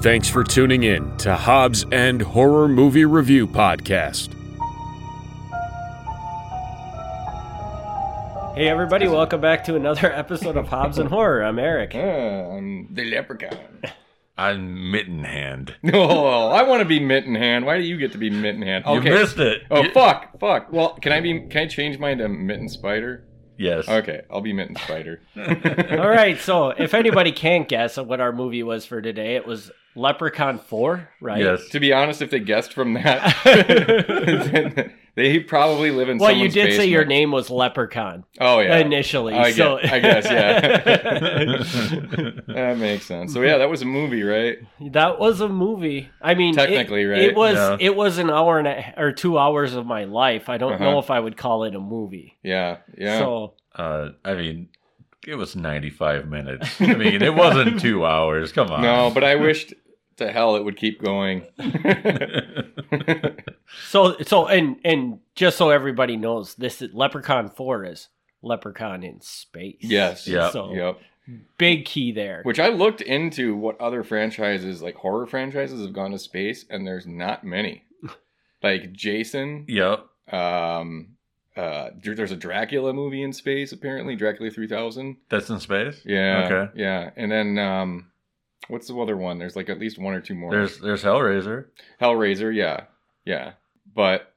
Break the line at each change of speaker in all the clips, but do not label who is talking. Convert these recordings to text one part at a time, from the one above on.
Thanks for tuning in to Hobbs End Horror Movie Review Podcast.
Hey everybody, welcome back to another episode of Hobbs and Horror. I'm Eric.
Uh, I'm the leprechaun.
I'm mitten hand.
No, I want to be mitten hand. Why do you get to be mitten hand?
You missed it.
Oh
You-
fuck, fuck. Well, can I be? Can I change mine to mitten spider?
Yes.
Okay, I'll be mitten spider.
All right, so if anybody can't guess what our movie was for today, it was Leprechaun 4, right?
Yes.
to be honest, if they guessed from that, then they probably live in.
Well, you
someone's
did say your
basement.
name was Leprechaun
Oh yeah.
initially.
I
so
guess- I guess,
Uh,
yeah.
that makes sense. So yeah, that was a movie, right?
that was a movie. I mean, it-
Technically, right?
It was
Yeah.
it was an hour and a, or 2 hours of my life. I don't
Uh-huh.
know if I would call it a movie.
Yeah, yeah.
So,
uh, I mean, it was 95 minutes. I mean, it wasn't two hours. Come on.
no, but I wished to hell it would keep going.
so so and and just so everybody knows, this is, Leprechaun 4 is Leprechaun in space.
yes.
Yeah.
So
Yep.
big key there.
Which I looked into what other franchises, like horror franchises, have gone to space, and there's not many. like Jason,
Yep.
um, uh, there- there's a Dracula movie in space apparently, Dracula 3000.
That's in space.
Yeah,
Okay.
yeah, and then um, what's the other one? There's like at least one or two more.
There's there's Hellraiser.
Hellraiser, yeah, yeah, but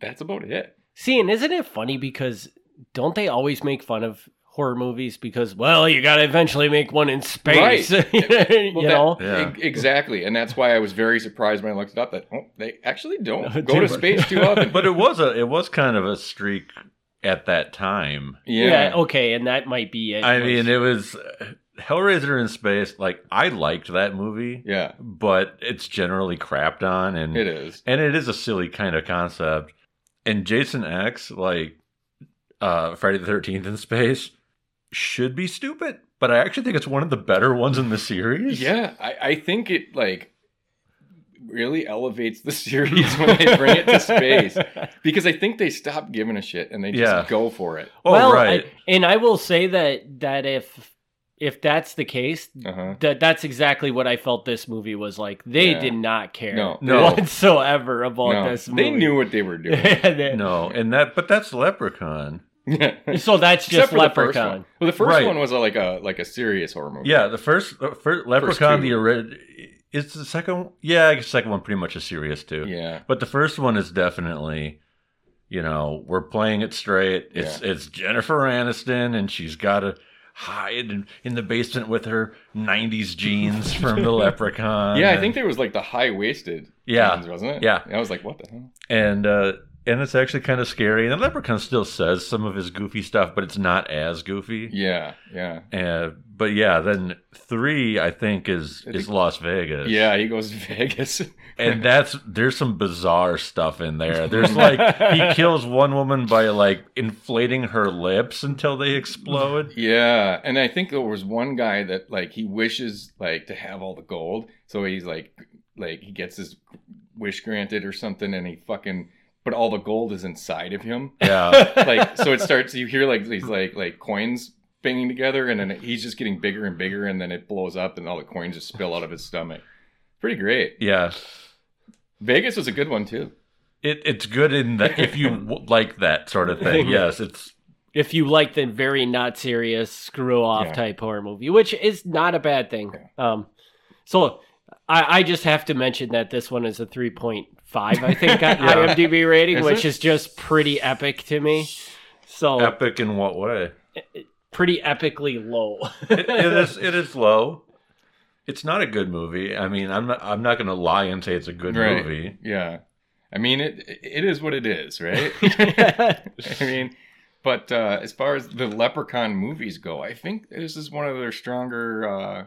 that's about it.
See, and isn't it funny because don't they always make fun of horror movies because well, you got to eventually make one in space,
Right.
you
Well,
know?
that-
Yeah.
e- exactly, and that's why I was very surprised when I looked it up that oh, they actually don't
No,
go to
dude.
space too often.
but it was a it was kind of a streak at that time.
Yeah.
oh.
okay, and that might be it.
I mean, it was uh, Hellraiser in space. Like I liked that movie,
yeah,
but it's generally crapped on and
it is.
and it is a silly kind of concept. And Jason X, like uh, Friday the Thirteenth in space, should be stupid, but I actually think it's one of the better ones in the series.
Yeah, I, I think it like really elevates the series when they bring it to space because I think they stop giving a shit and they just
Yeah.
go for it.
Oh
well,
right.
I- and I will say that that if if that's the case,
Uh-huh.
that that's exactly what I felt this movie was like. They
Yeah.
did not care
No.
No.
whatsoever about
No,
this movie.
they knew what they were doing.
Yeah, they-
no, and that but that's Leprechaun.
Except
So that's just
for the first
Leprechaun.
one. Well, the first
Right.
one was a, like a like a serious horror movie.
Yeah, the first, the first Leprechaun,
two.
the red is the second. Yeah, I guess the second one pretty much is serious too.
yeah,
But the first one is definitely, you know, we're playing it straight. It's it's Jennifer Aniston, and she's got to hide in, in the basement with her '90s jeans from the Leprechaun.
yeah. I
and-
think there was like the high waisted.
Uh, Yeah.
wasn't it?
Yeah.
I was like, what the hell?
and uh, and it's actually kind of scary. And the Leprechaun still says some of his goofy stuff, but it's not as goofy.
Yeah, yeah,
Uh, but yeah, then three I think is
I
is
think-
Las Vegas.
yeah. He goes to Vegas.
and that's there's some bizarre stuff in there. There's like he kills one woman by like inflating her lips until they explode.
Yeah, and I think there was one guy that like he wishes like to have all the gold, so he's like like he gets his wish granted or something, and he fucking but all the gold is inside of him.
Yeah,
Like so, it starts. You hear like these like like coins banging together, and then he's just getting bigger and bigger, and then it blows up, and all the coins just spill out of his stomach. Pretty great.
yeah.
Vegas was a good one too.
It it's good in that if you w- like that sort of thing. Yes, it's
if you like the very not serious screw off
Yeah.
type horror movie, which is not a bad thing. Um, so I, I just have to mention that this one is a three point five, I think, on
Yeah.
IMDb rating,
Is
which
it?
is just pretty epic to me. So
epic in what way?
pretty epically low.
It, it is it is low. It's not a good movie. I mean, I'm not I'm not gonna lie and say it's a good
Right.
movie.
Yeah, I mean it. It is what it is, right? I mean, but uh, as far as the Leprechaun movies go, I think this is one of their stronger, uh,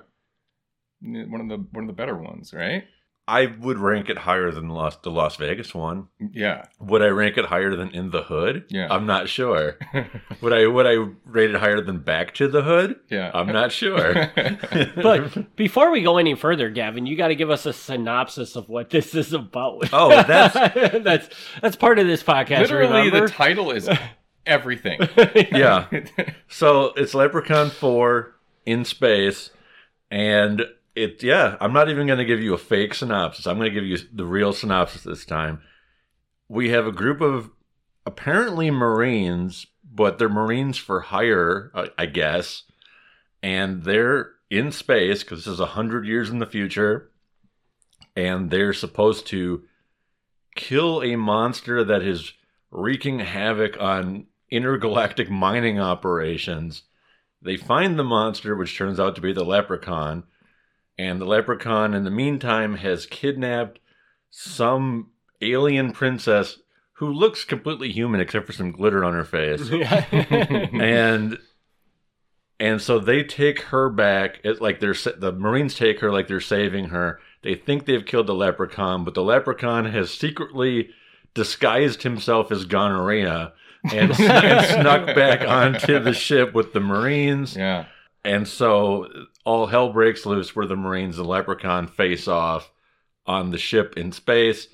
n- one of the one of the better ones, right?
I would rank it higher than Las, the Las Vegas one.
Yeah,
Would I rank it higher than In the Hood?
Yeah.
I'm not sure. would I would I rate it higher than Back to the Hood?
yeah.
I'm not sure.
but before we go any further, Gavin, you got to give us a synopsis of what this is about.
Oh, that's-
that's that's part of this podcast.
Literally,
remember?
the title is everything.
yeah. So it's Leprechaun 4 in space and it yeah i'm not even going to give you a fake synopsis i'm going to give you the real synopsis this time we have a group of apparently marines but they're marines for hire i, I guess and they're in space because this is 100 years in the future and they're supposed to kill a monster that is wreaking havoc on intergalactic mining operations they find the monster which turns out to be the leprechaun and the leprechaun, in the meantime, has kidnapped some alien princess who looks completely human except for some glitter on her face. and and so they take her back. It's like they're sa- the Marines take her like they're saving her. They think they've killed the leprechaun, but the leprechaun has secretly disguised himself as gonorrhea and, and snuck back onto the ship with the Marines.
Yeah.
And so all hell breaks loose where the Marines and Leprechaun face off on the ship in space.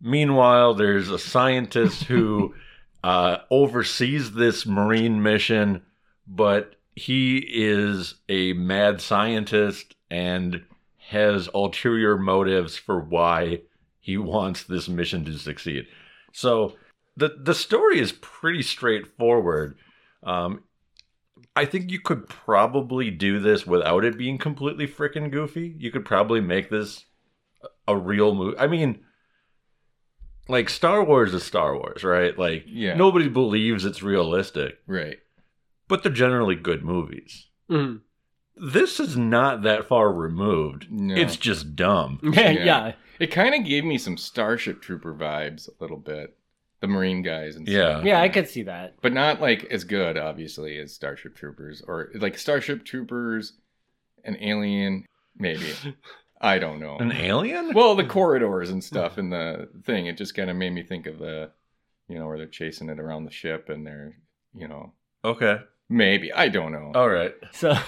Meanwhile, there's a scientist who uh, oversees this Marine mission, but he is a mad scientist and has ulterior motives for why he wants this mission to succeed. So the the story is pretty straightforward. Um, I think you could probably do this without it being completely freaking goofy. You could probably make this a real movie. I mean, like Star Wars is Star Wars, right? Like
Yeah.
nobody believes it's realistic,
Right.
but they're generally good movies.
Mhm.
This is not that far removed.
No.
It's just dumb.
yeah.
It kind of gave me some Starship Trooper vibes a little bit. The Marine guys and
Yeah.
stuff.
Yeah, I could see that.
But not like as good, obviously, as Starship Troopers or like Starship Troopers, an alien, maybe. I don't know.
An alien?
well, the corridors and stuff and the thing, it just kind of made me think of the, you know, where they're chasing it around the ship and they're, you know,
okay.
maybe. I don't know.
All right.
So,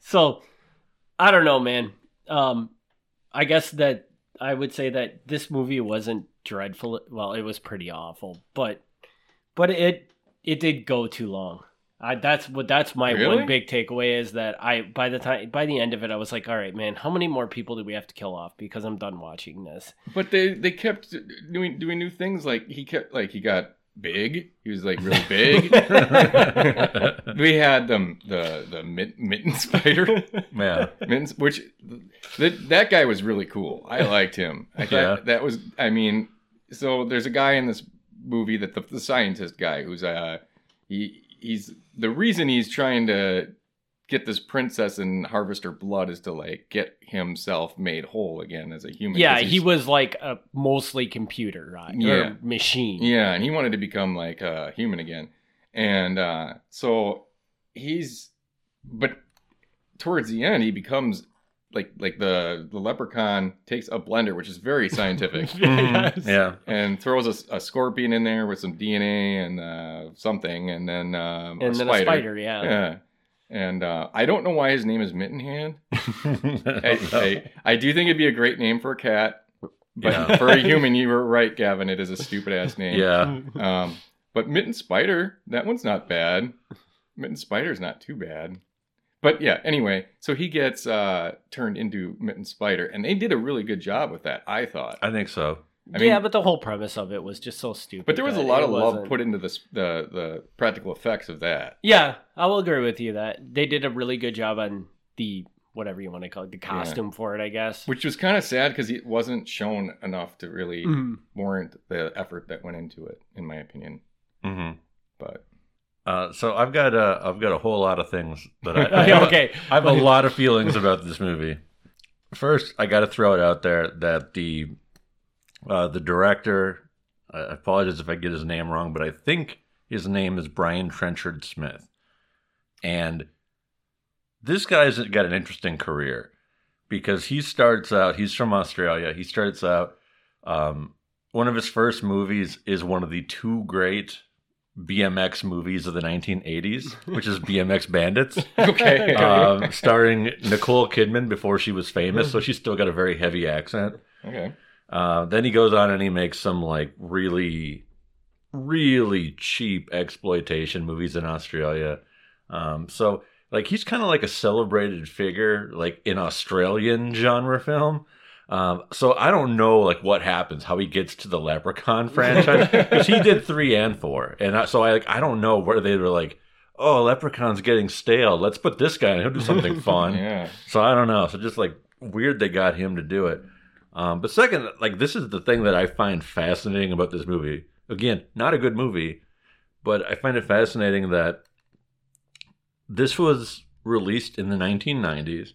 so I don't know, man. Um, I guess that I would say that this movie wasn't dreadful. Well, it was pretty awful, but but it it did go too long. I, that's what that's my
Really?
one big takeaway is that I by the time by the end of it I was like all right man how many more people do we have to kill off because I'm done watching this
But they they kept doing doing new things. Like he kept like he got big. He was like really big. we had um, the the mit, mitten spider,
yeah.
mittens, which that that guy was really cool. I liked him. I thought
Yeah.
that was. I mean, so there's a guy in this movie that the, the scientist guy who's uh he he's the reason he's trying to get this princess and harvest her blood is to like get himself made whole again as a human.
yeah
'cause he's-
he was like a mostly computer right,
Yeah.
or machine
Yeah, and he wanted to become like a human again. And uh, so he's, but towards the end, he becomes like like the the leprechaun takes a blender, which is very scientific,
Yes.
Yeah.
and throws a s- a, scorpion in there with some DNA and uh, something, and then um,
and
a
then
spider.
a spider yeah.
Yeah. And uh, I don't know why his name is Mittenhand. I, I, I do think it'd be a great name for a cat, but
Yeah.
for a human, you were right, Gavin. It is a stupid ass name.
yeah.
Mm-hmm.
Um, but Mitten Spider, that one's not bad. Mitten Spider's not too bad. But yeah, anyway, so he gets uh, turned into Mitten Spider, and they did a really good job with that, I thought.
I think so.
I mean-
yeah, but the whole premise of it was just so stupid.
But there was a
that
lot
it
of love
wasn't-
put into this, the the practical effects of that.
Yeah, I will agree with you that they did a really good job on the whatever you want to call it, the costume for it, I guess.
Which was kind of sad because it wasn't shown enough to really
Mm.
warrant the effort that went into it, in my opinion.
hmm
But
Uh, so I've got uh, I've got a whole lot of things that I, I
Okay,
have,
okay.
I have a lot of feelings about this movie. First, I got to throw it out there that the uh, the director. I I apologize if I get his name wrong, but I think his name is Brian Trenchard Smith, and this guy's got an interesting career because he starts out. He's from Australia. He starts out. Um, one of his first movies is one of the two great BMX movies of the 1980s, which is BMX Bandits
okay,
um, starring Nicole Kidman before she was famous, so she's still got a very heavy accent.
okay,
Uh, then he goes on and he makes some like really, really cheap exploitation movies in Australia. Um, so like he's kind of like a celebrated figure like in australian genre film um, so i don't know like what happens how he gets to the leprechaun franchise because he did three and four and I, so i like i don't know where they were like oh leprechaun's getting stale let's put this guy in he'll do something fun
Yeah.
so i don't know so just like weird they got him to do it um, but second like this is the thing that i find fascinating about this movie again not a good movie but i find it fascinating that this was released in the 1990s.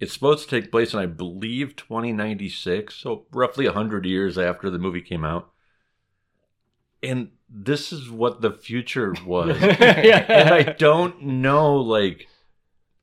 It's supposed to take place in, I believe, 2096, so roughly 100 years after the movie came out. And this is what the future was. and I don't know, like,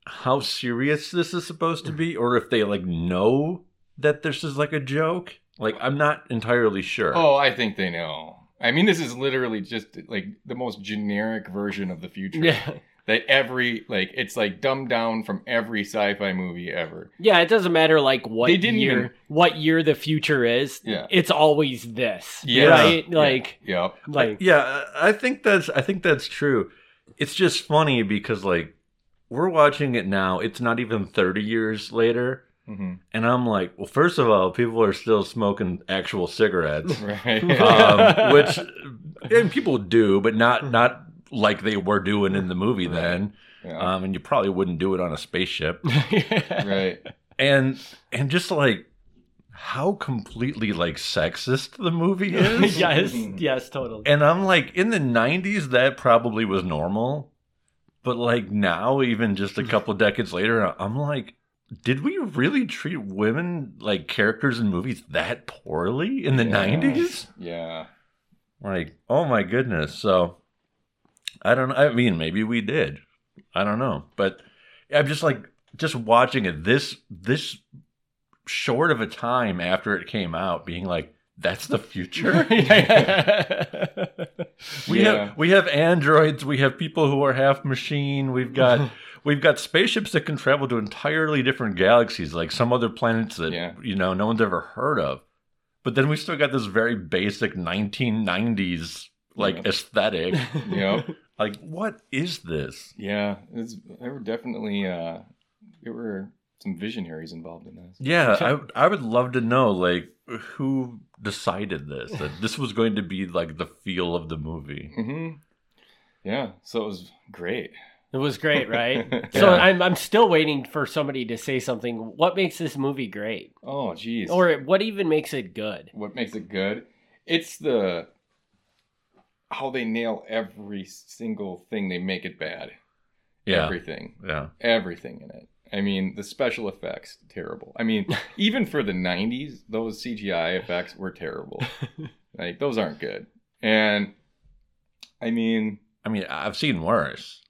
how serious this is supposed to be, or if they, like, know that this is, like, a joke. Like, I'm not entirely sure.
Oh, I think they know. I mean, this is literally just like the most generic version of the future.
yeah.
That every like it's like dumbed down from every sci-fi movie ever.
Yeah, it doesn't matter like what
They didn't
year
even-
what year the future is.
Yeah.
It's always this.
Yeah.
Right? Like
Yep.
like
yeah i I think that's i think that's true it's just funny because like we're watching it now it's not even 30 years later
hmm
and i'm like well first of all people are still smoking actual cigarettes
Right.
um, which and people do but not not like they were doing in the movie then
Yeah.
um, and you probably wouldn't do it on a spaceship
right.
and and just like how completely like sexist the movie is
yes, yes, totally.
and I'm like, in the 90s, that probably was normal. But like now, even just a couple decades later, I'm like, did we really treat women like characters in movies that poorly in the
Yeah.
90s?
Yeah.
Like, oh my goodness. So I don't I mean, maybe we did. I don't know. But I'm just like just watching it this this short of a time after it came out being like that's the future. We
Yeah.
have we have androids. We have people who are half machine. We've got we've got spaceships that can travel to entirely different galaxies, like some other planets that
Yeah.
you know no one's ever heard of. But then we still got this very basic 1990s like
Yeah.
aesthetic.
Yep.
like, what is this?
Yeah. It's, there were definitely uh, there were some visionaries involved in this.
Yeah, I would- I would love to know like who decided this that this was going to be like the feel of the movie.
hmm Yeah. So it was great.
It was great, right? So
Yeah.
I'm I'm still waiting for somebody to say something. What makes this movie great?
oh, geez.
Or what even makes it good?
what makes it good it's the how they nail every single thing they make it bad
Yeah,
everything
yeah,
everything in it i mean the special effects terrible i mean even for the 90s those cgi effects were terrible like those aren't good and i mean
I mean, I've seen worse,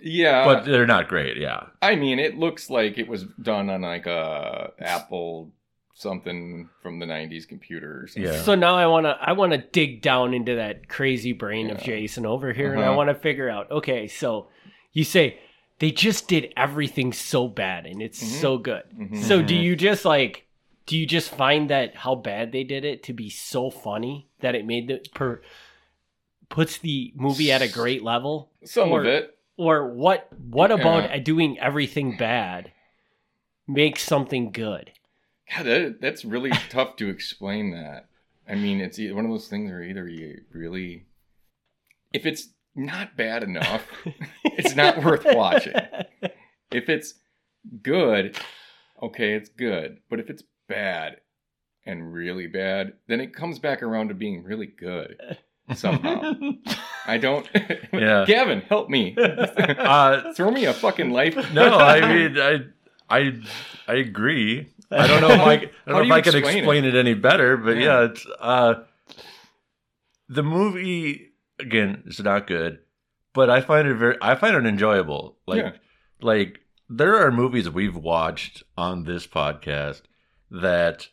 yeah
but they're not great. Yeah,
i mean it looks like it was done on like a apple something from the 90s computer or something.
Yeah.
So now I want to I want to dig down into that crazy brain of
Yeah.
Jason over here and I
Uh-huh.
want to figure out okay, so you say they just did everything so bad and it's
Mhm.
so good.
Mhm.
So do you just like do you just find that how bad they did it to be so funny that it made the per puts the movie at a great level
some
or-
of it
or what what about
Yeah.
doing everything bad makes something good?
God, that, that's really tough to explain that. I mean, it's e- one of those things where either you really, if it's not bad enough, it's not worth watching. If it's good, okay, it's good. But if it's bad and really bad, then it comes back around to being really good somehow. I don't.
Yeah.
Gavin, help me.
Uh,
Throw me a fucking life.
no, I mean, I, I, I agree. I don't know if I, I don't
How do
know if
you
I can
explain it?
explain it? any better, but
Yeah.
yeah, it's uh, the movie again. It's not good, but I find it very, I find it enjoyable. Like,
Yeah.
like there are movies we've watched on this podcast that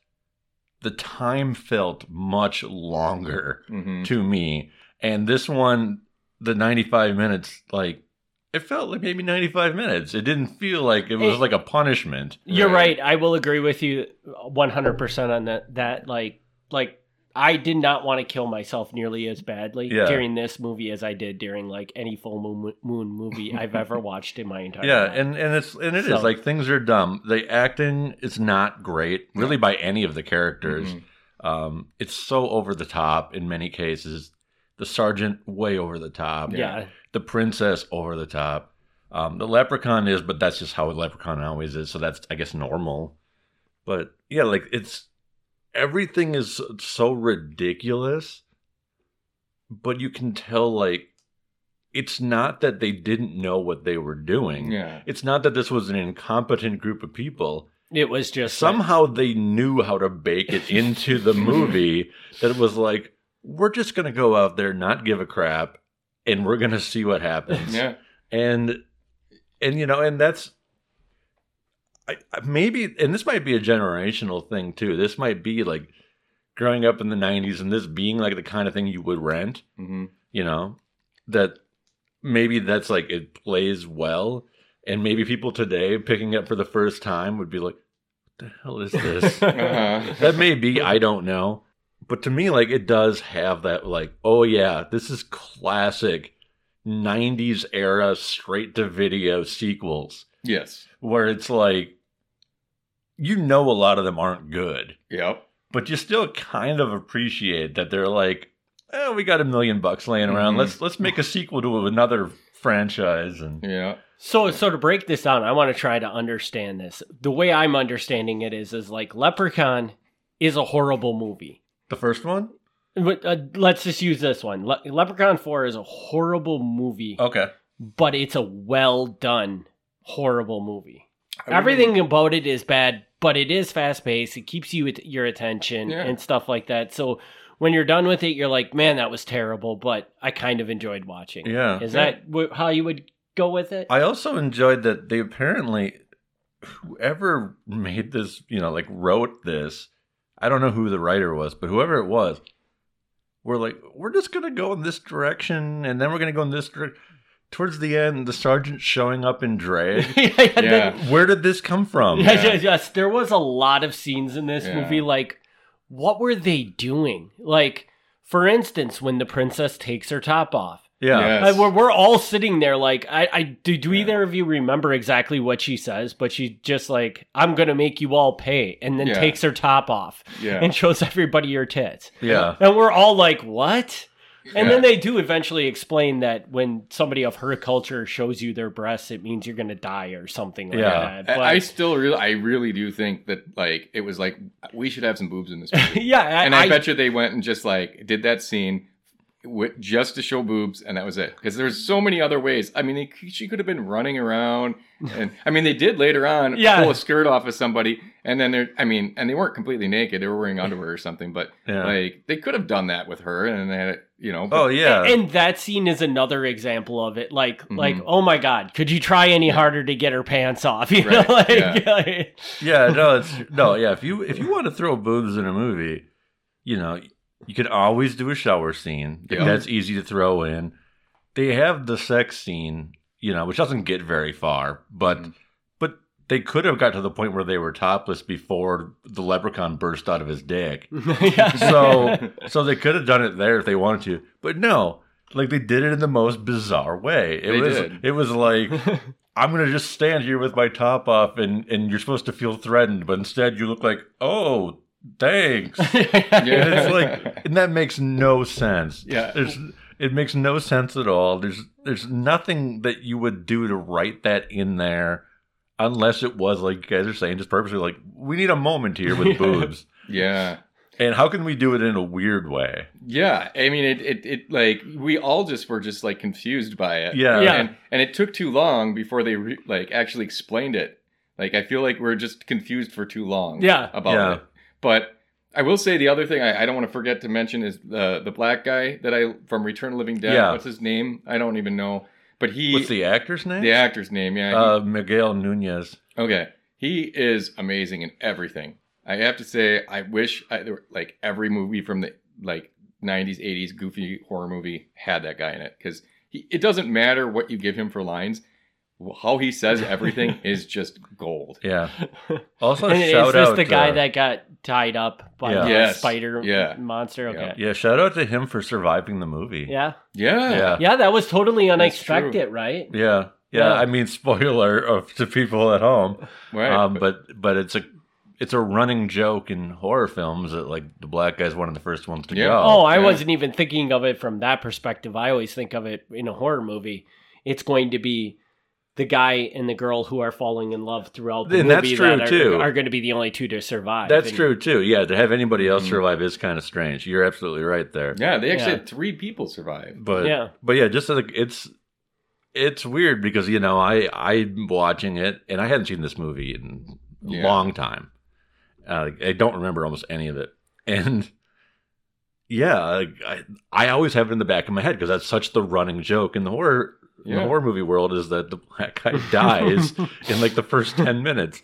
the time felt much longer
Mhm.
Mm-hmm. to me. And this one, the 95 minutes, like it felt like maybe 95 minutes. It didn't feel like it was
It-
like a punishment.
You're
Right.
right. I will agree with you 100% on that that like like I did not want to kill myself nearly as badly
Yeah.
during this movie as I did during like any full moon, moon movie I've ever watched in my entire
yeah
life.
and and it's and it is
So-
like things are dumb the acting is not great really by any of the characters
Mhm.
Mm-hmm.
um it's so over the top in many cases the sergeant way over the top
yeah.
the princess over the top um the leprechaun is but that's just how a leprechaun always is so that's i guess normal but yeah like it's everything is so ridiculous but you can tell like it's not that they didn't know what they were doing
Yeah.
it's not that this was an incompetent group of people.
it was just
Somehow they knew how to bake it into the movie that it was like, we're just going to go out there, not give a crap, and we're going to see what happens.
Yeah.
And, and, you know, and that's I, I- maybe, and this might be a generational thing too. This might be like growing up in the 90s and this being like the kind of thing you would rent
hmm
you know that maybe that's like it plays well and maybe people today picking up for the first time would be like what the hell is this
Uh-huh.
that may be i don't know but to me like it does have that like oh yeah this is classic 90s era straight to video sequels
yes.
where it's like you know a lot of them aren't good
Yep.
but you still kind of appreciate that they're like, eh, we got a million bucks laying around.
Mhm.
Let's let's make a sequel to another franchise and
Yeah.
So, so to break this down, I want to try to understand this. The way I'm understanding it is, is like Leprechaun is a horrible movie.
the first one.
But, uh, let's just use this one. Le- Leprechaun Four is a horrible movie,
Okay.
but it's a well done horrible movie.
I wouldn't-
Everything about it is bad, but it is fast paced. It keeps you at your attention
Yeah.
and stuff like that. So when you're done with it, you're like, man, that was terrible, but I kind of enjoyed watching. it."
Yeah.
Is
Yeah.
that wh- how you would go with it?
I also enjoyed that they apparently whoever made this, you know, like wrote this, I don't know who the writer was, but whoever it was, we're like, we're just gonna go in this direction and then we're gonna go in this direction. Towards the end, the sergeant showing up in drag.
yeah, yeah,
Yeah.
Where did this come from?
yes,
Yeah.
yes, yes. There was a lot of scenes in this
Yeah.
movie. Like, what were they doing? Like, for instance, when the princess takes her top off,
Yeah.
Yes.
Uh, we're, we're all sitting there like, I, I do, do
Yeah.
either of you remember exactly what she says? But she's just like, I'm going to make you all pay. And then
Yeah.
takes her top off
Yeah.
and shows everybody her tits.
yeah.
And we're all like, what? And
Yeah.
then they do eventually explain that when somebody of her culture shows you their breasts, it means you're going to die or something like
Yeah.
that.
I-
But,
I still really, I really do think that like it was like we should have some boobs in this movie,
yeah, I,
and I,
I-
bet you they went and just like did that scene with, just to show boobs, and that was it. Because there's so many other ways. I mean, they, she could have been running around, and I mean, they did later on
Yeah.
pull a skirt off of somebody, and then they're, I mean, and they weren't completely naked; they were wearing underwear or something. But
Yeah.
like they could have done that with her, and they had it, you know.
Oh
But,
yeah.
and that scene is another example of it. Like, like,
Mhm.
oh my god, could you try any
Yeah.
harder to get her pants off? You know,
Right,
like,
yeah.
like-
yeah, no, it's no, yeah. If you if you want to throw boobs in a movie, you know, you could always do a shower scene.
Yeah.
That's easy to throw in. They have the sex scene, you know, which doesn't get very far, but
Mhm.
but they could have got to the point where they were topless before the leprechaun burst out of his dick.
yeah.
So so they could have done it there if they wanted to. But no, like they did it in the most bizarre way. It
They
was
did.
it was like I'm gonna just stand here with my top off, and and you're supposed to feel threatened, but instead you look like, oh, thanks. And it's like, and that makes no sense.
Yeah.
there's it makes no sense at all. There's there's nothing that you would do to write that in there, unless it was like you guys are saying, just purposely like we need a moment here with boobs,
yeah.
and how can we do it in a weird way?
Yeah, I mean, it, it, it, like we all just were just like confused by it.
Yeah.
Yeah.
and, and it took too long before they re- like actually explained it. Like I feel like we're just confused for too long.
Yeah.
about
Yeah.
it. But I will say the other thing I, I don't want to forget to mention is the the black guy that I from Return of the Living Dead.
Yeah.
What's his name? I don't even know. But he,
What's the actor's name?
the actor's name? Yeah. he-
uh, Miguel Nunez.
Okay, he is amazing in everything. I have to say, I wish I, there were, like every movie from the like '90s, '80s goofy horror movie had that guy in it because it doesn't matter what you give him for lines, wh- how he says everything is just gold.
Yeah. Also,
And
shout
is this
out
the guy
uh,
that got tied up by
Yeah.
the
Yes.
spider
Yeah.
monster. Okay. Yeah.
Yeah, shout out to him for surviving the movie.
yeah.
Yeah.
Yeah.
that was totally
true.
unexpected, right?
Yeah. Yeah,
Yeah.
I mean spoiler of, to people at home.
Right.
um, but but it's a it's a running joke in horror films that like the black guy's one of the first ones to
Yeah.
go.
Oh, I
yeah.
wasn't even thinking of it from that perspective. I always think of it in a horror movie. It's going to be the guy and the girl who are falling in love throughout the
And that's
movie
true,
that are,
too.
are going to be the only two to survive.
That's
And-
true too. Yeah, to have anybody else
Mhm.
survive is kind of strange. You're absolutely right there.
yeah, they actually
Yeah.
had three people survive.
But
Yeah.
but yeah, just like it's it's weird because you know I I'm watching it and I hadn't seen this movie in a
Yeah.
long time. Uh, I don't remember almost any of it, and yeah, like, I I always have it in the back of my head because that's such the running joke in the horror in the
Yeah.
horror movie world is that the black guy dies in like the first ten minutes,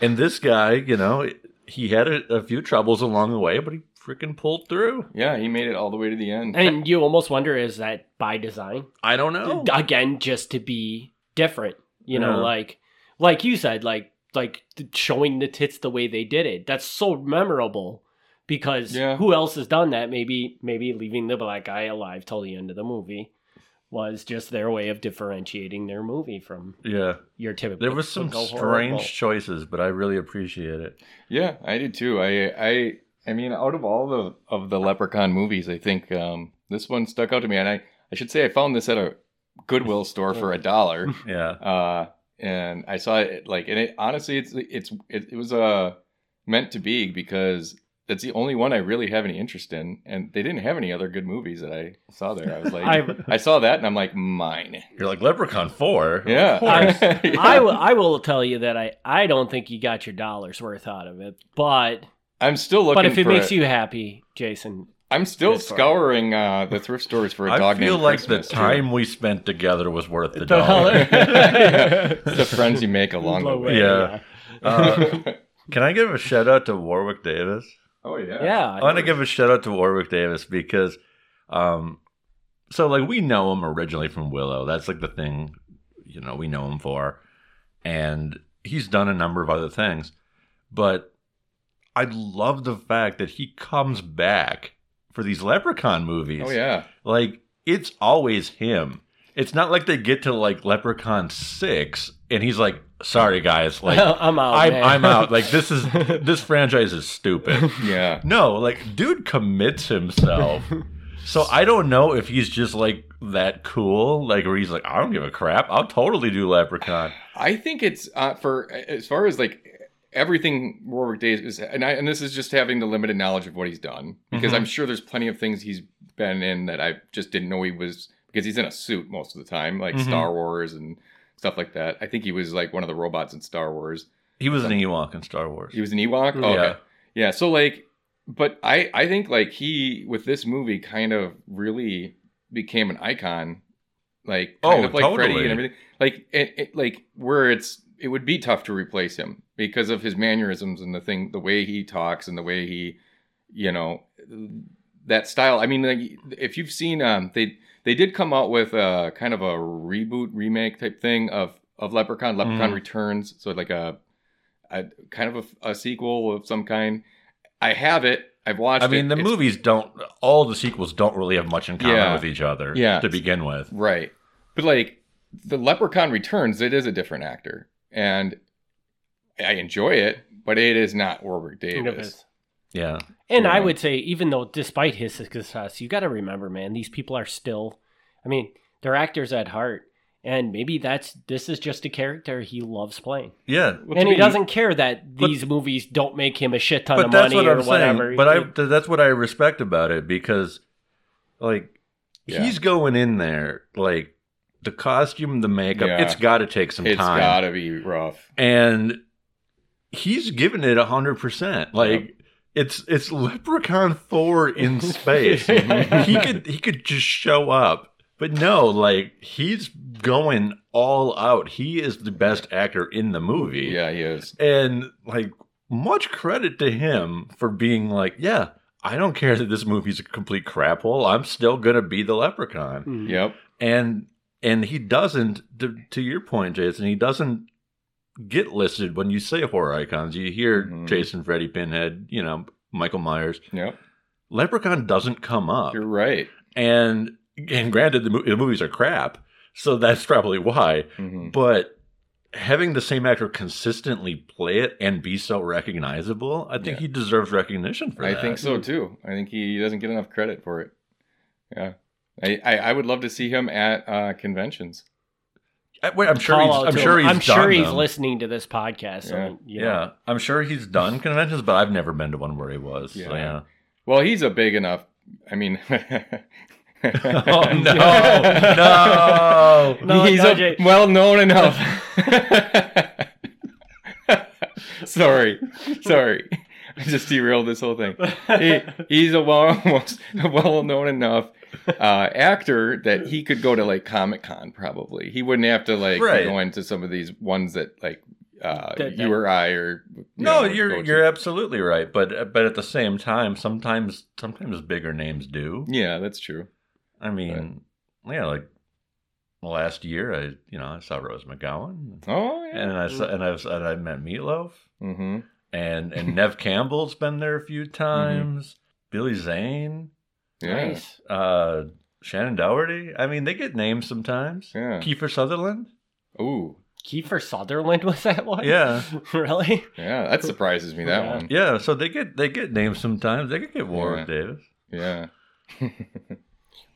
and this guy, you know, he had a, a few troubles along the way, but he freaking pulled through.
Yeah, he made it all the way to the end.
And you almost wonder is that by design?
I don't know.
Again, just to be different, you know,
Yeah.
like like you said, like like th- showing the tits the way they did it. That's so memorable because
Yeah.
who else has done that? Maybe maybe leaving the black guy alive till the end of the movie was just their way of differentiating their movie from
Yeah.
your typical.
There was some
typical
strange
horrible.
choices, but I really appreciate it.
Yeah, I did too. I I I mean, out of all the of the Leprechaun movies, I think um, this one stuck out to me. And I I should say I found this at a Goodwill store for a dollar.
Yeah.
uh, and I saw it like, and it honestly, it's it's it, it was uh meant to be because that's the only one I really have any interest in, and they didn't have any other good movies that I saw there. I was like, I,
I
saw that, and I'm like, mine,
You're like Leprechaun 4?
yeah.
course.
Yeah.
I will I will tell you that I I don't think you got your dollars worth out of it, but
I'm still looking.
but if it
for
makes you happy, Jason,
I'm still
Good for it.
scouring uh, the thrift stores for a
I
dog
feel
named
like
Christmas,
the
too.
time we spent together was worth the,
The
dollar.
dollar.
Yeah. It's the friends you make along the
Low
way.
rate,
Yeah. Uh, can I give a shout out to Warwick Davis?
oh yeah.
yeah.
I want to give a shout out to Warwick Davis because, um, so like we know him originally from Willow. That's like the thing, you know, we know him for, and he's done a number of other things, but I love the fact that he comes back for these Leprechaun movies.
Oh yeah.
Like it's always him. It's not like they get to like Leprechaun six and he's like, "Sorry guys, like
I'm out.
I'm
Oh, man.
I'm out. Like this is this franchise is stupid."
Yeah.
No, like dude commits himself. so I don't know if he's just like that cool, like where he's like, I don't give a crap. I'll totally do Leprechaun.
I think it's uh, for as far as like everything Warwick Days is, and I, and this is just having the limited knowledge of what he's done because
Mhm.
I'm sure there's plenty of things he's been in that I just didn't know he was because he's in a suit most of the time, like
Mhm.
Star Wars and stuff like that. I think he was like one of the robots in Star Wars.
He was an Ewok in Star Wars. Hmm.
He was an Ewok. Oh,
Yeah.
okay. yeah. So like, but I I think like he with this movie kind of really became an icon, like kind
Oh,
of like Freddy
totally.
and everything. Like it, it like where it's it would be tough to replace him because of his mannerisms and the thing, the way he talks and the way he, you know, that style. I mean, like if you've seen um they they did come out with a kind of a reboot remake type thing of of Leprechaun, Leprechaun
Mhm.
Returns, so like a a kind of a, a sequel of some kind. I have it. I've watched.
I mean,
it.
the
It's-
movies don't. All the sequels don't really have much in common
Yeah.
with each other.
Yeah.
To begin with,
right? But like the Leprechaun Returns, it is a different actor, and I enjoy it, but it is not Warwick
Kind of
Davis.
is.
yeah.
And I
Yeah.
would say, even though despite his success, you got to remember, man, these people are still. I mean, they're actors at heart, and maybe that's this is just a character he loves playing,
Yeah.
Well, to
and he
me,
doesn't care that
But-
these movies don't make him a shit ton
but
of
that's
money
what
or
I'm
whatever.
saying. But I th- that's what I respect about it because, like,
Yeah.
he's going in there like the costume, the makeup.
Yeah.
It's got to take some
It's
time.
gotta be rough.
and he's given it hundred percent. Like it's it's Leprechaun Thor in space. he could he could just show up, but no, like he's going all out. He is the best actor in the movie,
Yeah, he is.
and like much credit to him for being like, yeah. I don't care that this movie's a complete crap hole. I'm still gonna be the leprechaun
Mm.
Yep.
and and he doesn't to, to your point jason he doesn't get listed when you say horror icons you hear
Mhm.
jason freddy pinhead you know Michael Myers.
Yep.
Leprechaun doesn't come up.
You're right.
And and granted, the, mo- the movies are crap, so that's probably why.
Mhm.
But having the same actor consistently play it and be so recognizable, I think
Yeah.
he deserves recognition for
I
that.
think so too. I think he doesn't get enough credit for it. Yeah. I, I, I would love to see him at uh, conventions.
I, wait, I'm sure.
Call
He's,
out
I'm
to
sure
him.
he's.
I'm sure
done
he's
them.
listening to this podcast. so,
Yeah.
you
Yeah.
know.
I'm sure he's done conventions, but I've never been to one where he was. So, yeah.
Yeah. Well, he's a big enough. I mean.
Oh no! no.
No,
he's
no,
a-
Jay.
well known enough. sorry, sorry, I just derailed this whole thing. He, he's a well, well known enough uh, actor that he could go to like Comic Con. Probably he wouldn't have to like
Right.
go into some of these ones that like uh,
That-
you
that-
or I or you
No,
know, go
you're
to.
you're absolutely right, but but at the same time, sometimes sometimes bigger names do.
yeah, that's true.
I mean, yeah, like last year, I you know I saw Rose McGowan,
Oh yeah.
and I saw and I was, and I met Meatloaf,
Mm-hmm.
and and Nev Campbell's been there a few times. Billy Zane,
Yeah.
Nice.
uh, Shannon Doherty. I mean, they get names sometimes.
Yeah.
Kiefer Sutherland.
Ooh.
Kiefer Sutherland was that one?
Yeah.
really?
Yeah. That surprises me. That
Yeah.
one.
Yeah, so they get they get names sometimes. They could get Warwick Davis.
Yeah.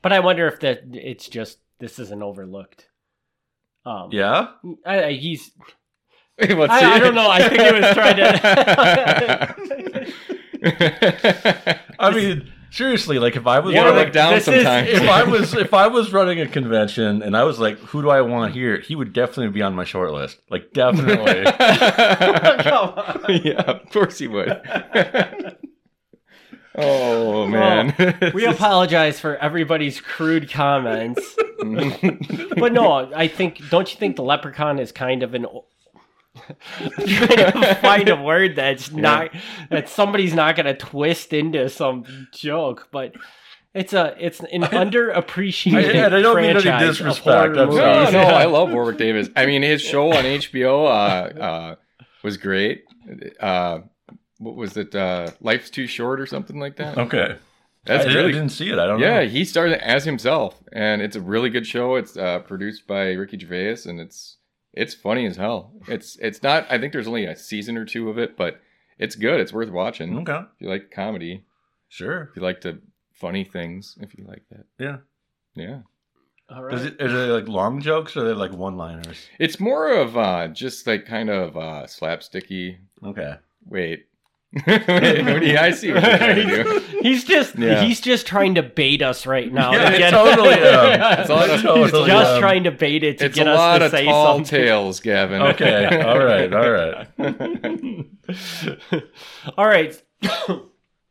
But I wonder if that it's just this isn't overlooked. Um,
Yeah,
I, I- he's
What's
I-
he-
I don't know. I think he was trying to-
I mean, seriously, like if I was
You gotta
Yeah,
look down
this is-
sometimes.
if I was if I was running a convention and I was like, who do I want here? He would definitely be on my short list. Like definitely.
come on.
yeah, of course he would. oh man.
We apologize for everybody's crude comments, but no, I think don't you think the leprechaun is kind of an o- trying to find a word that's not that somebody's not going to twist into some joke, but it's a it's an underappreciated
I- and I don't mean any
franchise of
disrespect,
horror
I'm
movies.
no, no,
sorry.
I love Warwick Davis. I mean, his show on HBO uh, uh, was great. Uh, what was it? Uh, Life's too short or something like that.
okay.
That's
I, I
really
didn't see it. I don't
yeah,
know.
he started as himself, and it's a really good show. It's uh, produced by Ricky Gervais, and it's it's funny as hell. It's it's not. I think there's only a season or two of it, but it's good. It's worth watching
Okay.
if you like comedy,
Sure.
if you like to funny things, if you like that.
Yeah.
Yeah,
All right.
Does it, are they like long jokes or are they like one liners?
it's more of uh, just like kind of uh, slapsticky.
Okay.
Wait, Wait, I see what you're trying to do.
He's just
Yeah.
he's just trying to bait us right now.
Yeah,
to get-
totally am.
It's all-
He's
Totally um,
just
am.
trying to bait it to
It's a
get us
lot
to
of
say
tall
something.
tales, Gavin.
Okay. All right. All right.
All right.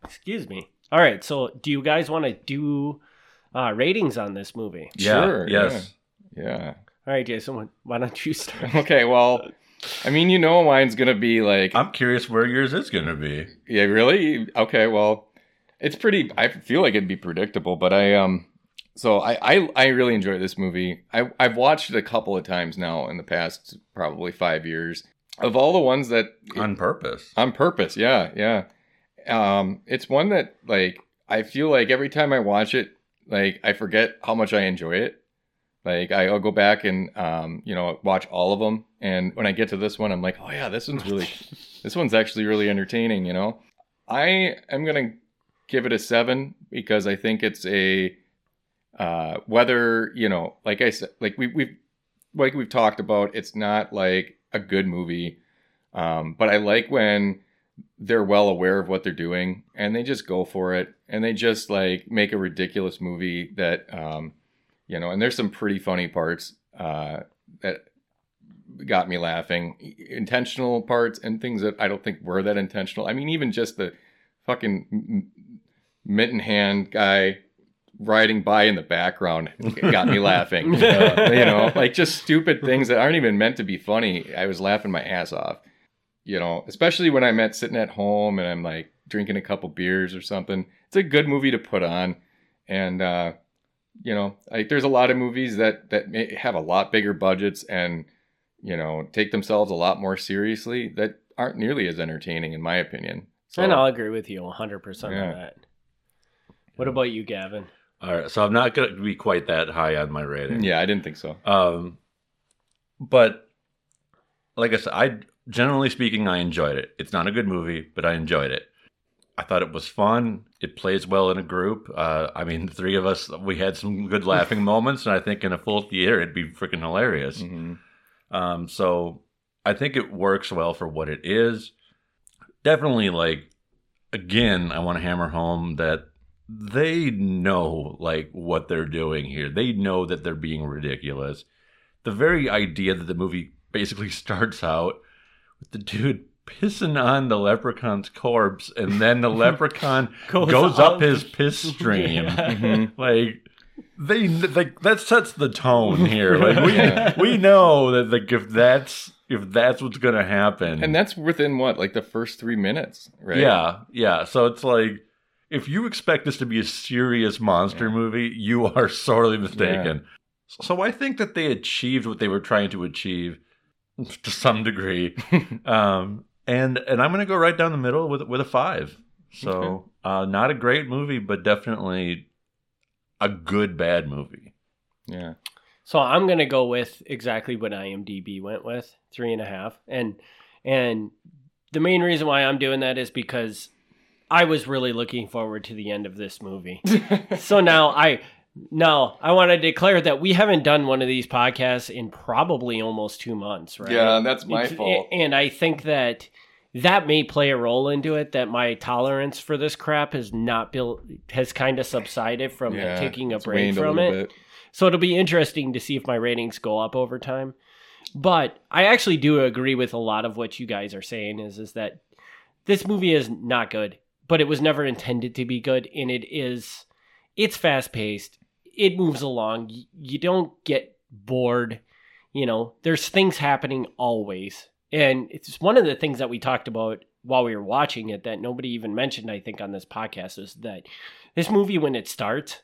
Excuse me. All right. So, do you guys want to do uh, ratings on this movie?
Yeah.
Sure,
yes.
Yeah.
All right, Jason. why- Why don't you start?
Okay, well, I mean, you know, mine's gonna be like,
I'm curious where yours is going to be.
yeah, really? Okay, well, it's pretty. I feel like it'd be predictable, but I um, so I I, I really enjoy this movie. I I've watched it a couple of times now in the past probably five years. Of all the ones that
On purpose.
on purpose, yeah, yeah. Um, it's one that like I feel like every time I watch it, like I forget how much I enjoy it. Like I- I'll go back and um, you know, watch all of them, and when I get to this one, I'm like, oh yeah, this one's really, this one's actually really entertaining. You know, I am gonna give it a seven because I think it's a uh, whether you know, like I said, like we we like we've talked about, it's not like a good movie, um, but I like when they're well aware of what they're doing and they just go for it and they just like make a ridiculous movie that um, you know, and there's some pretty funny parts uh, that got me laughing, intentional parts and things that I don't think were that intentional. I mean, even just the fucking m- m- mitt in hand guy riding by in the background got me laughing. Uh, you know, like just stupid things that aren't even meant to be funny. I was laughing my ass off. You know, especially when I'm at sitting at home and I'm like drinking a couple beers or something. It's a good movie to put on, and uh, you know, like there's a lot of movies that that may have a lot bigger budgets and you know take themselves a lot more seriously that aren't nearly as entertaining in my opinion.
And I'll agree with you 100%
Yeah.
on that. What about you, Gavin?
All right, so I'm not going to be quite that high on my rating.
Yeah, I didn't think so.
Um, but like I said, I generally speaking, I enjoyed it. It's not a good movie, but I enjoyed it. I thought it was fun. It plays well in a group. Uh, I mean, the three of us, we had some good laughing moments, and I think in a full theater, it'd be freaking hilarious.
Mhm.
Um, so I think it works well for what it is. Definitely, like, again, I want to hammer home that they know, like, what they're doing here. They know that they're being ridiculous. The very idea that the movie basically starts out with the dude pissing on the leprechaun's corpse and then the leprechaun goes, up his piss stream
Mhm.
like they like that sets the tone here like we
Yeah.
we know that like if that's if that's what's gonna happen
And that's within what, like the first three minutes, right?
yeah yeah so it's like if you expect this to be a serious monster
Yeah.
movie you are sorely mistaken so i think that they achieved what they were trying to achieve to some degree um and and i'm gonna go right down the middle with with a five so
Okay.
uh not a great movie but definitely a good bad movie
Yeah.
So I'm gonna go with exactly what IMDb went with three and a half, and and the main reason why I'm doing that is because I was really looking forward to the end of this movie. so now I now I want to declare that we haven't done one of these podcasts in probably almost two months, right?
Yeah, that's my
It's-
fault.
And I think that that may play a role into it. That my tolerance for this crap has not built has kind of subsided from
Yeah,
taking a
it's
break
waned
from it.
little bit.
So it'll be interesting to see if my ratings go up over time. But I actually do agree with a lot of what you guys are saying is is that this movie is not good, but it was never intended to be good and it is it's fast paced. It moves along. Y- You don't get bored. You know, there's things happening always. And it's one of the things that we talked about while we were watching it that nobody even mentioned I think on this podcast is that this movie when it starts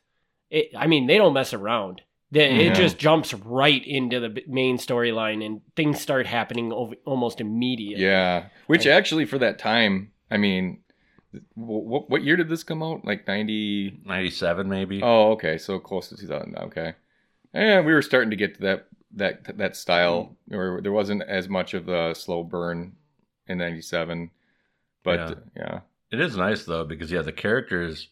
it, I mean, they don't mess around. They,
Yeah.
It just jumps right into the b- main storyline, and things start happening over, almost immediately.
Yeah, which
Like-
actually for that time, I mean, what what year did this come out? Like ninety?
97 maybe
Oh, okay, so close to two thousand. Okay, yeah, we were starting to get to that that that style, or there wasn't as much of the slow burn in ninety seven, but yeah.
It is nice though because yeah, the characters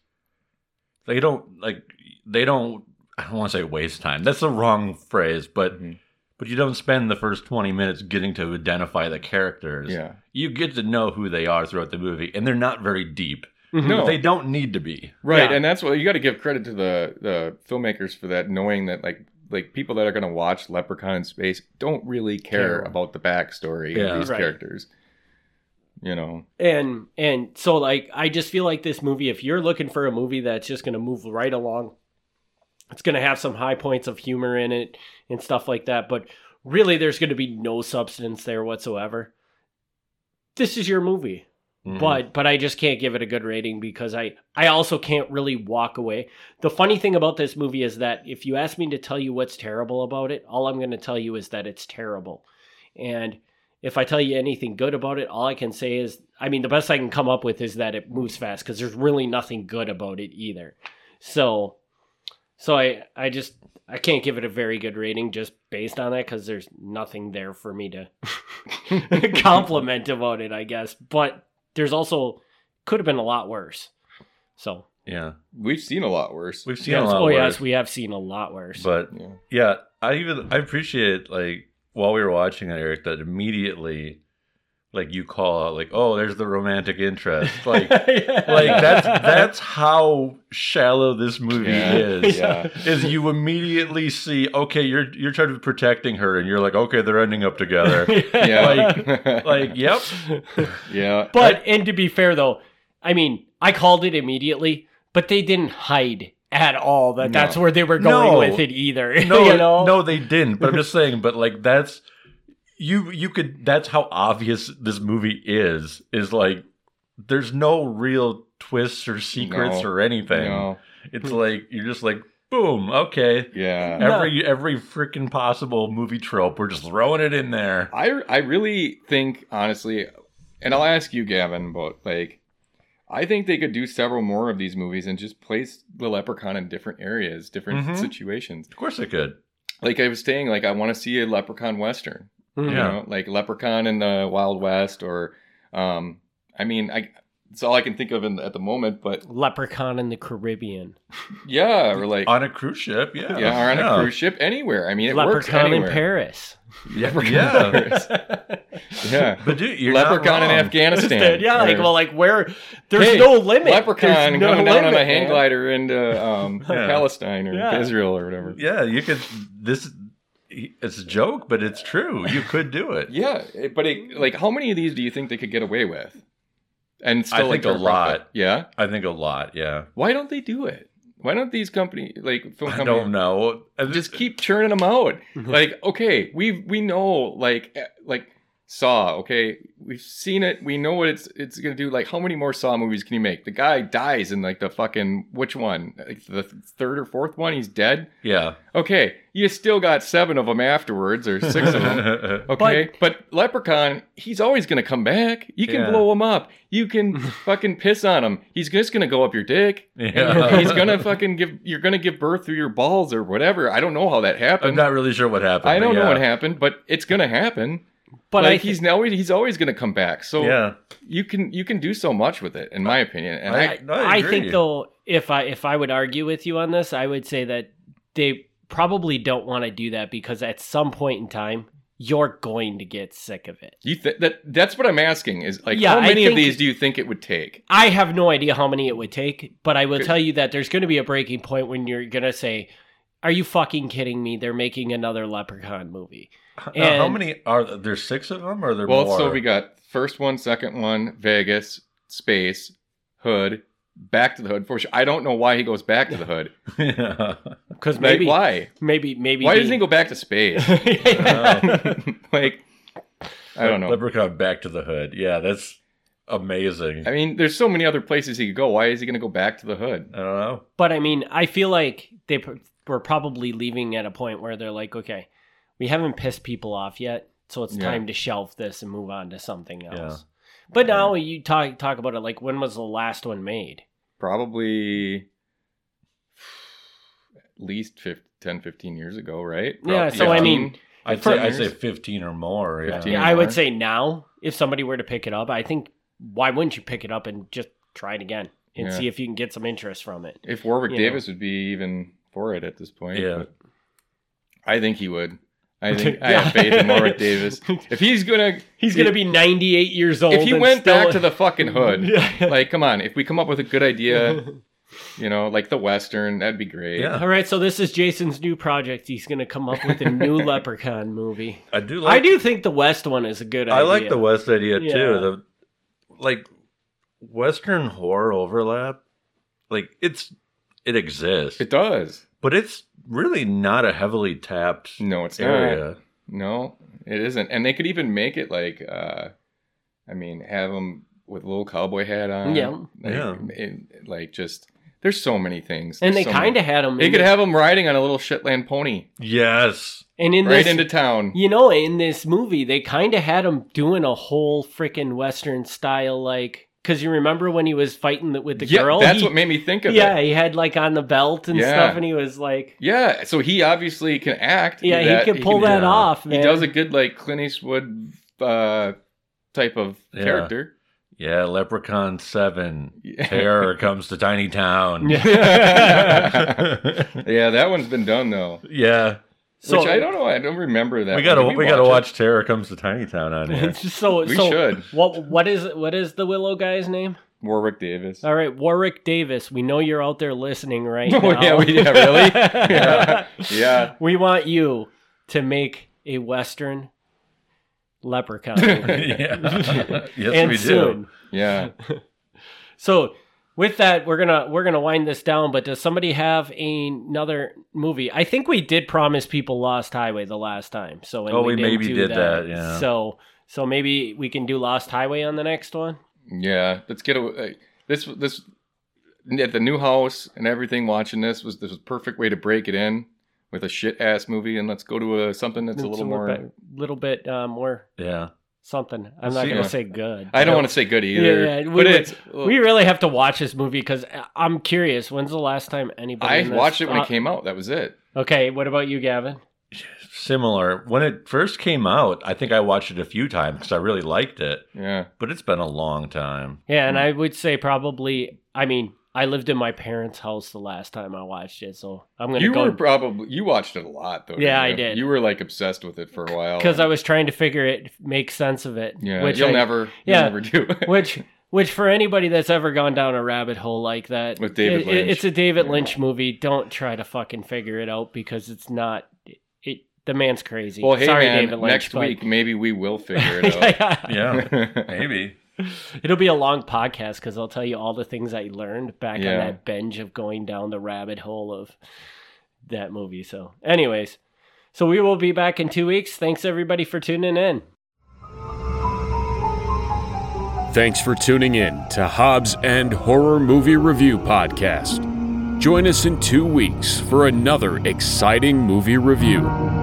they don't like they don't. I don't want to say waste time. That's the wrong phrase, but
Mhm.
but you don't spend the first twenty minutes getting to identify the characters.
yeah,
You get to know who they are throughout the movie, and they're not very deep.
Mhm.
No.
But they don't need to be.
right,
Yeah.
and that's what you got to give credit to the the filmmakers for that, knowing that like like people that are going to watch Leprechaun in Space don't really care
Care.
about the backstory
Yeah.
of these
Right.
characters, you know.
and and so like I just feel like this movie. If you're looking for a movie that's just going to move right along, it's going to have some high points of humor in it and stuff like that. But really, there's going to be no substance there whatsoever. This is your movie.
Mhm.
but but I just can't give it a good rating because I I also can't really walk away. The funny thing about this movie is that if you ask me to tell you what's terrible about it, all I'm going to tell you is that it's terrible. And if I tell you anything good about it, all I can say is I mean the best I can come up with is that it moves fast cuz there's really nothing good about it either. So so I I just I can't give it a very good rating just based on that cuz there's nothing there for me to compliment about it, I guess. But there's also could have been a lot worse. So
yeah,
We've seen a lot worse.
we've seen
yes,
a lot.
oh
worse,
yes, we have seen a lot worse.
but
Yeah.
Yeah, I even I appreciate like while we were watching it, Eric, that immediately like you call out like, oh, there's the romantic interest. Like like that's that's how shallow this movie
Yeah.
is.
Yeah.
Is you immediately see, okay, you're you're charged with protecting her and you're like, okay, they're ending up together.
Yeah.
like, yep.
yeah.
But and to be fair though, I mean, I called it immediately, but they didn't hide at all that
No.
that's where they were going
No.
with it either.
No,
you know?
no, they didn't. But I'm just saying. But like that's you. You could. That's how obvious this movie is. Is like there's no real twists or secrets
No.
or anything.
No.
It's like you're just like boom. Okay.
Yeah.
Every every freaking possible movie trope, we're just throwing it in there.
I I really think honestly, and I'll ask you, Gavin, but like, I think they could do several more of these movies and just place the leprechaun in different areas, different
Mhm.
situations.
Of course they could.
Like I was saying, like I want to see a leprechaun western.
Mm-hmm.
You
Yeah.
know, like leprechaun in the Wild West, or um, I mean, I it's all I can think of in, at the moment. But
Leprechaun in the Caribbean.
yeah, or like
On a cruise ship, yeah.
yeah, or on a cruise ship anywhere. I mean, it works
Leprechaun in
anywhere.
Paris.
Leprechaun
Yeah.
in Paris. yeah.
But dude, you're
leprechaun in Afghanistan.
yeah, like
Or
well, like where there's
Hey,
no limit.
leprechaun
There's no
coming down on a
limit,
hang
man.
glider into um,
Yeah.
Palestine or
Yeah.
Israel or whatever.
Yeah, you could. This it's a joke, but it's true. You could do it.
Yeah, it- but it, like, how many of these do you think they could get away with? And still, like,
think a
turn profit?
lot.
Yeah.
I think a lot. Yeah,
Why don't they do it? Why don't these company like film
I
companies
don't know.
just keep churning them out? like, okay, we we know like eh, like Saw. Okay, we've seen it. We know what it's it's gonna do. Like, how many more Saw movies can you make? The guy dies in like the fucking which one? Like the third or fourth one? He's dead.
yeah.
Okay, you still got seven of them afterwards, or six of them. Okay, but, Leprechaun, he's always gonna come back. You can
Yeah.
blow him up. You can fucking piss on him. He's just gonna go up your dick.
Yeah.
He's gonna fucking give. You're gonna give birth through your balls or whatever. I don't know how that
I'm
happened.
not really sure what happened.
I
but
don't know
yeah.
what happened, but it's gonna happen.
but
like
I,
he's now he's always gonna come back. So
Yeah,
you can you can do so much with it, in my opinion. And I,
No, I
I,
agree.
think though, if I if I would argue with you on this, I would say that they probably don't want to do that because at some point in time you're going to get sick of it.
you th- that that's what I'm asking is like
Yeah,
how
I
many of
think-
these do you think it would take?
I have no idea how many it would take, but I will
Good.
tell you that there's going to be a breaking point when you're going to say, "Are you fucking kidding me? They're making another Leprechaun movie."
Now, uh, how
and-
many are there? Six of them, or are there
Well,
more?
so we got first one, second one, Vegas, space, hood, back to the hood for sure. I don't know why he goes back to the hood.
yeah.
Because
Like,
maybe,
why?
maybe, maybe, Uh,
Why doesn't he go back to space? like, I don't know.
Leprechaun back to the hood. Yeah, that's amazing.
I mean, there's so many other places he could go. Why is he going to go back to the hood?
I don't know.
But I mean, I feel like they pr- were probably leaving at a point where they're like, okay, we haven't pissed people off yet, so it's
Yeah.
time to shelve this and move on to something else.
Yeah.
But now you talk talk about it like when was the last one made?
Probably at least 15, 10, 15 years ago, right?
Yeah, so I mean-
15.
I'd
For-
say I'd say fifteen or more. Yeah.
15. Yeah.
I would say now, if somebody were to pick it up, I think why wouldn't you pick it up and just try it again and
Yeah.
see if you can get some interest from it?
if Warwick
you know.
Davis would be even for it at this point.
Yeah.
but I think he would. I think I have faith in Warwick Davis. If he's gonna,
He's gonna be ninety eight years old.
if he
and
went
still-
back to the fucking hood,
Oh,
uh,
Yeah.
like, come on. If we come up with a good idea, you know, like the western, that'd be great.
Yeah.
All right, so this is Jason's new project. He's going to come up with a new Leprechaun movie.
I do. Like,
I do think the West one is a good idea.
I like the West idea
Yeah.
too. The like Western horror overlap, like it's it exists,
It does.
but it's really not a heavily tapped
No, it's not.
area.
No, it isn't. And they could even make it like, uh I mean, have him with a little cowboy hat on.
Yeah.
Like,
Yeah.
it- like just, there's so many things.
And they
so
kind
many-
of had him.
They
in
could
the-
have him riding on a little Shetland pony
Yes,
and in
right
this,
into town.
you know, in this movie, they kind of had him doing a whole freaking Western style, like because you remember when he was fighting the, with the
yeah,
girl.
that's
He-
what made me think of
yeah,
it.
he had like on the belt and
Yeah.
stuff, and he was like,
Yeah, so he obviously can act.
yeah,
That-
he could pull that
yeah.
off. Man.
He does a good like Clint Eastwood uh, type of
Yeah.
character.
yeah. Leprechaun Seven,
Yeah.
Terror comes to Tiny Town.
Yeah.
yeah, that one's been done though.
yeah.
So
Which I don't know. I don't remember that.
we gotta
one.
we,
Did
gotta
it?
watch Terror comes to Tiny Town on here.
so
We
so
should.
what what is what is the Willow guy's name?
Warwick Davis.
All right, Warwick Davis, we know you're out there listening right
Oh,
now.
yeah, we- yeah, really? yeah. yeah.
We want you to make a Western leprechaun. movie.
yeah. yes,
and
we
soon.
do.
Yeah.
So with that, we're gonna we're gonna wind this down, but does somebody have another movie? I think we did promise people Lost Highway the last time. So and
Oh, we
didn't
maybe
do
did that, yeah.
So so maybe we can do Lost Highway on the next one.
Yeah. Let's get away. This this at the new house and everything. Watching this was this was a perfect way to break it in with a shit ass movie, and let's go to a, something that's a
So
little
we're
more
ba- little bit uh, more
Yeah.
something. I'm not
See,
gonna
yeah.
say good.
I don't want to say good either.
yeah, we
but
would-
it's
We really have to watch this movie because I'm curious. When's the last time anybody?
I
in this-
watched it when
uh,
it came out. That was it.
Okay, what about you, Gavin?
Similar. When it first came out, I think I watched it a few times because I really liked it,
Yeah.
but it's been a long time.
Yeah,
Hmm.
and I would say probably. I mean, I lived in my parents' house the last time I watched it, so I'm gonna
You
go
were probably you watched it a lot though.
Yeah,
didn't
I
you?
did.
You were like obsessed with it for a while.
because I was trying to figure it, make sense of it.
yeah,
which
you'll
I-
never
yeah.
you'll never do.
which which for anybody that's ever gone down a rabbit hole like that
With David
it-
Lynch.
it's a David
Yeah.
Lynch movie. Don't try to fucking figure it out because it's not. It the man's crazy.
well, hey
Sorry,
man,
David Lynch.
next
but-
week maybe we will figure it out.
yeah,
Yeah, maybe.
It'll be a long podcast because I'll tell you all the things I learned back on
Yeah.
that binge of going down the rabbit hole of that movie. So, anyways, so we will be back in two weeks. Thanks everybody for tuning in.
Thanks for tuning in to Hobbs and Horror Movie Review Podcast. Join us in two weeks for another exciting movie review.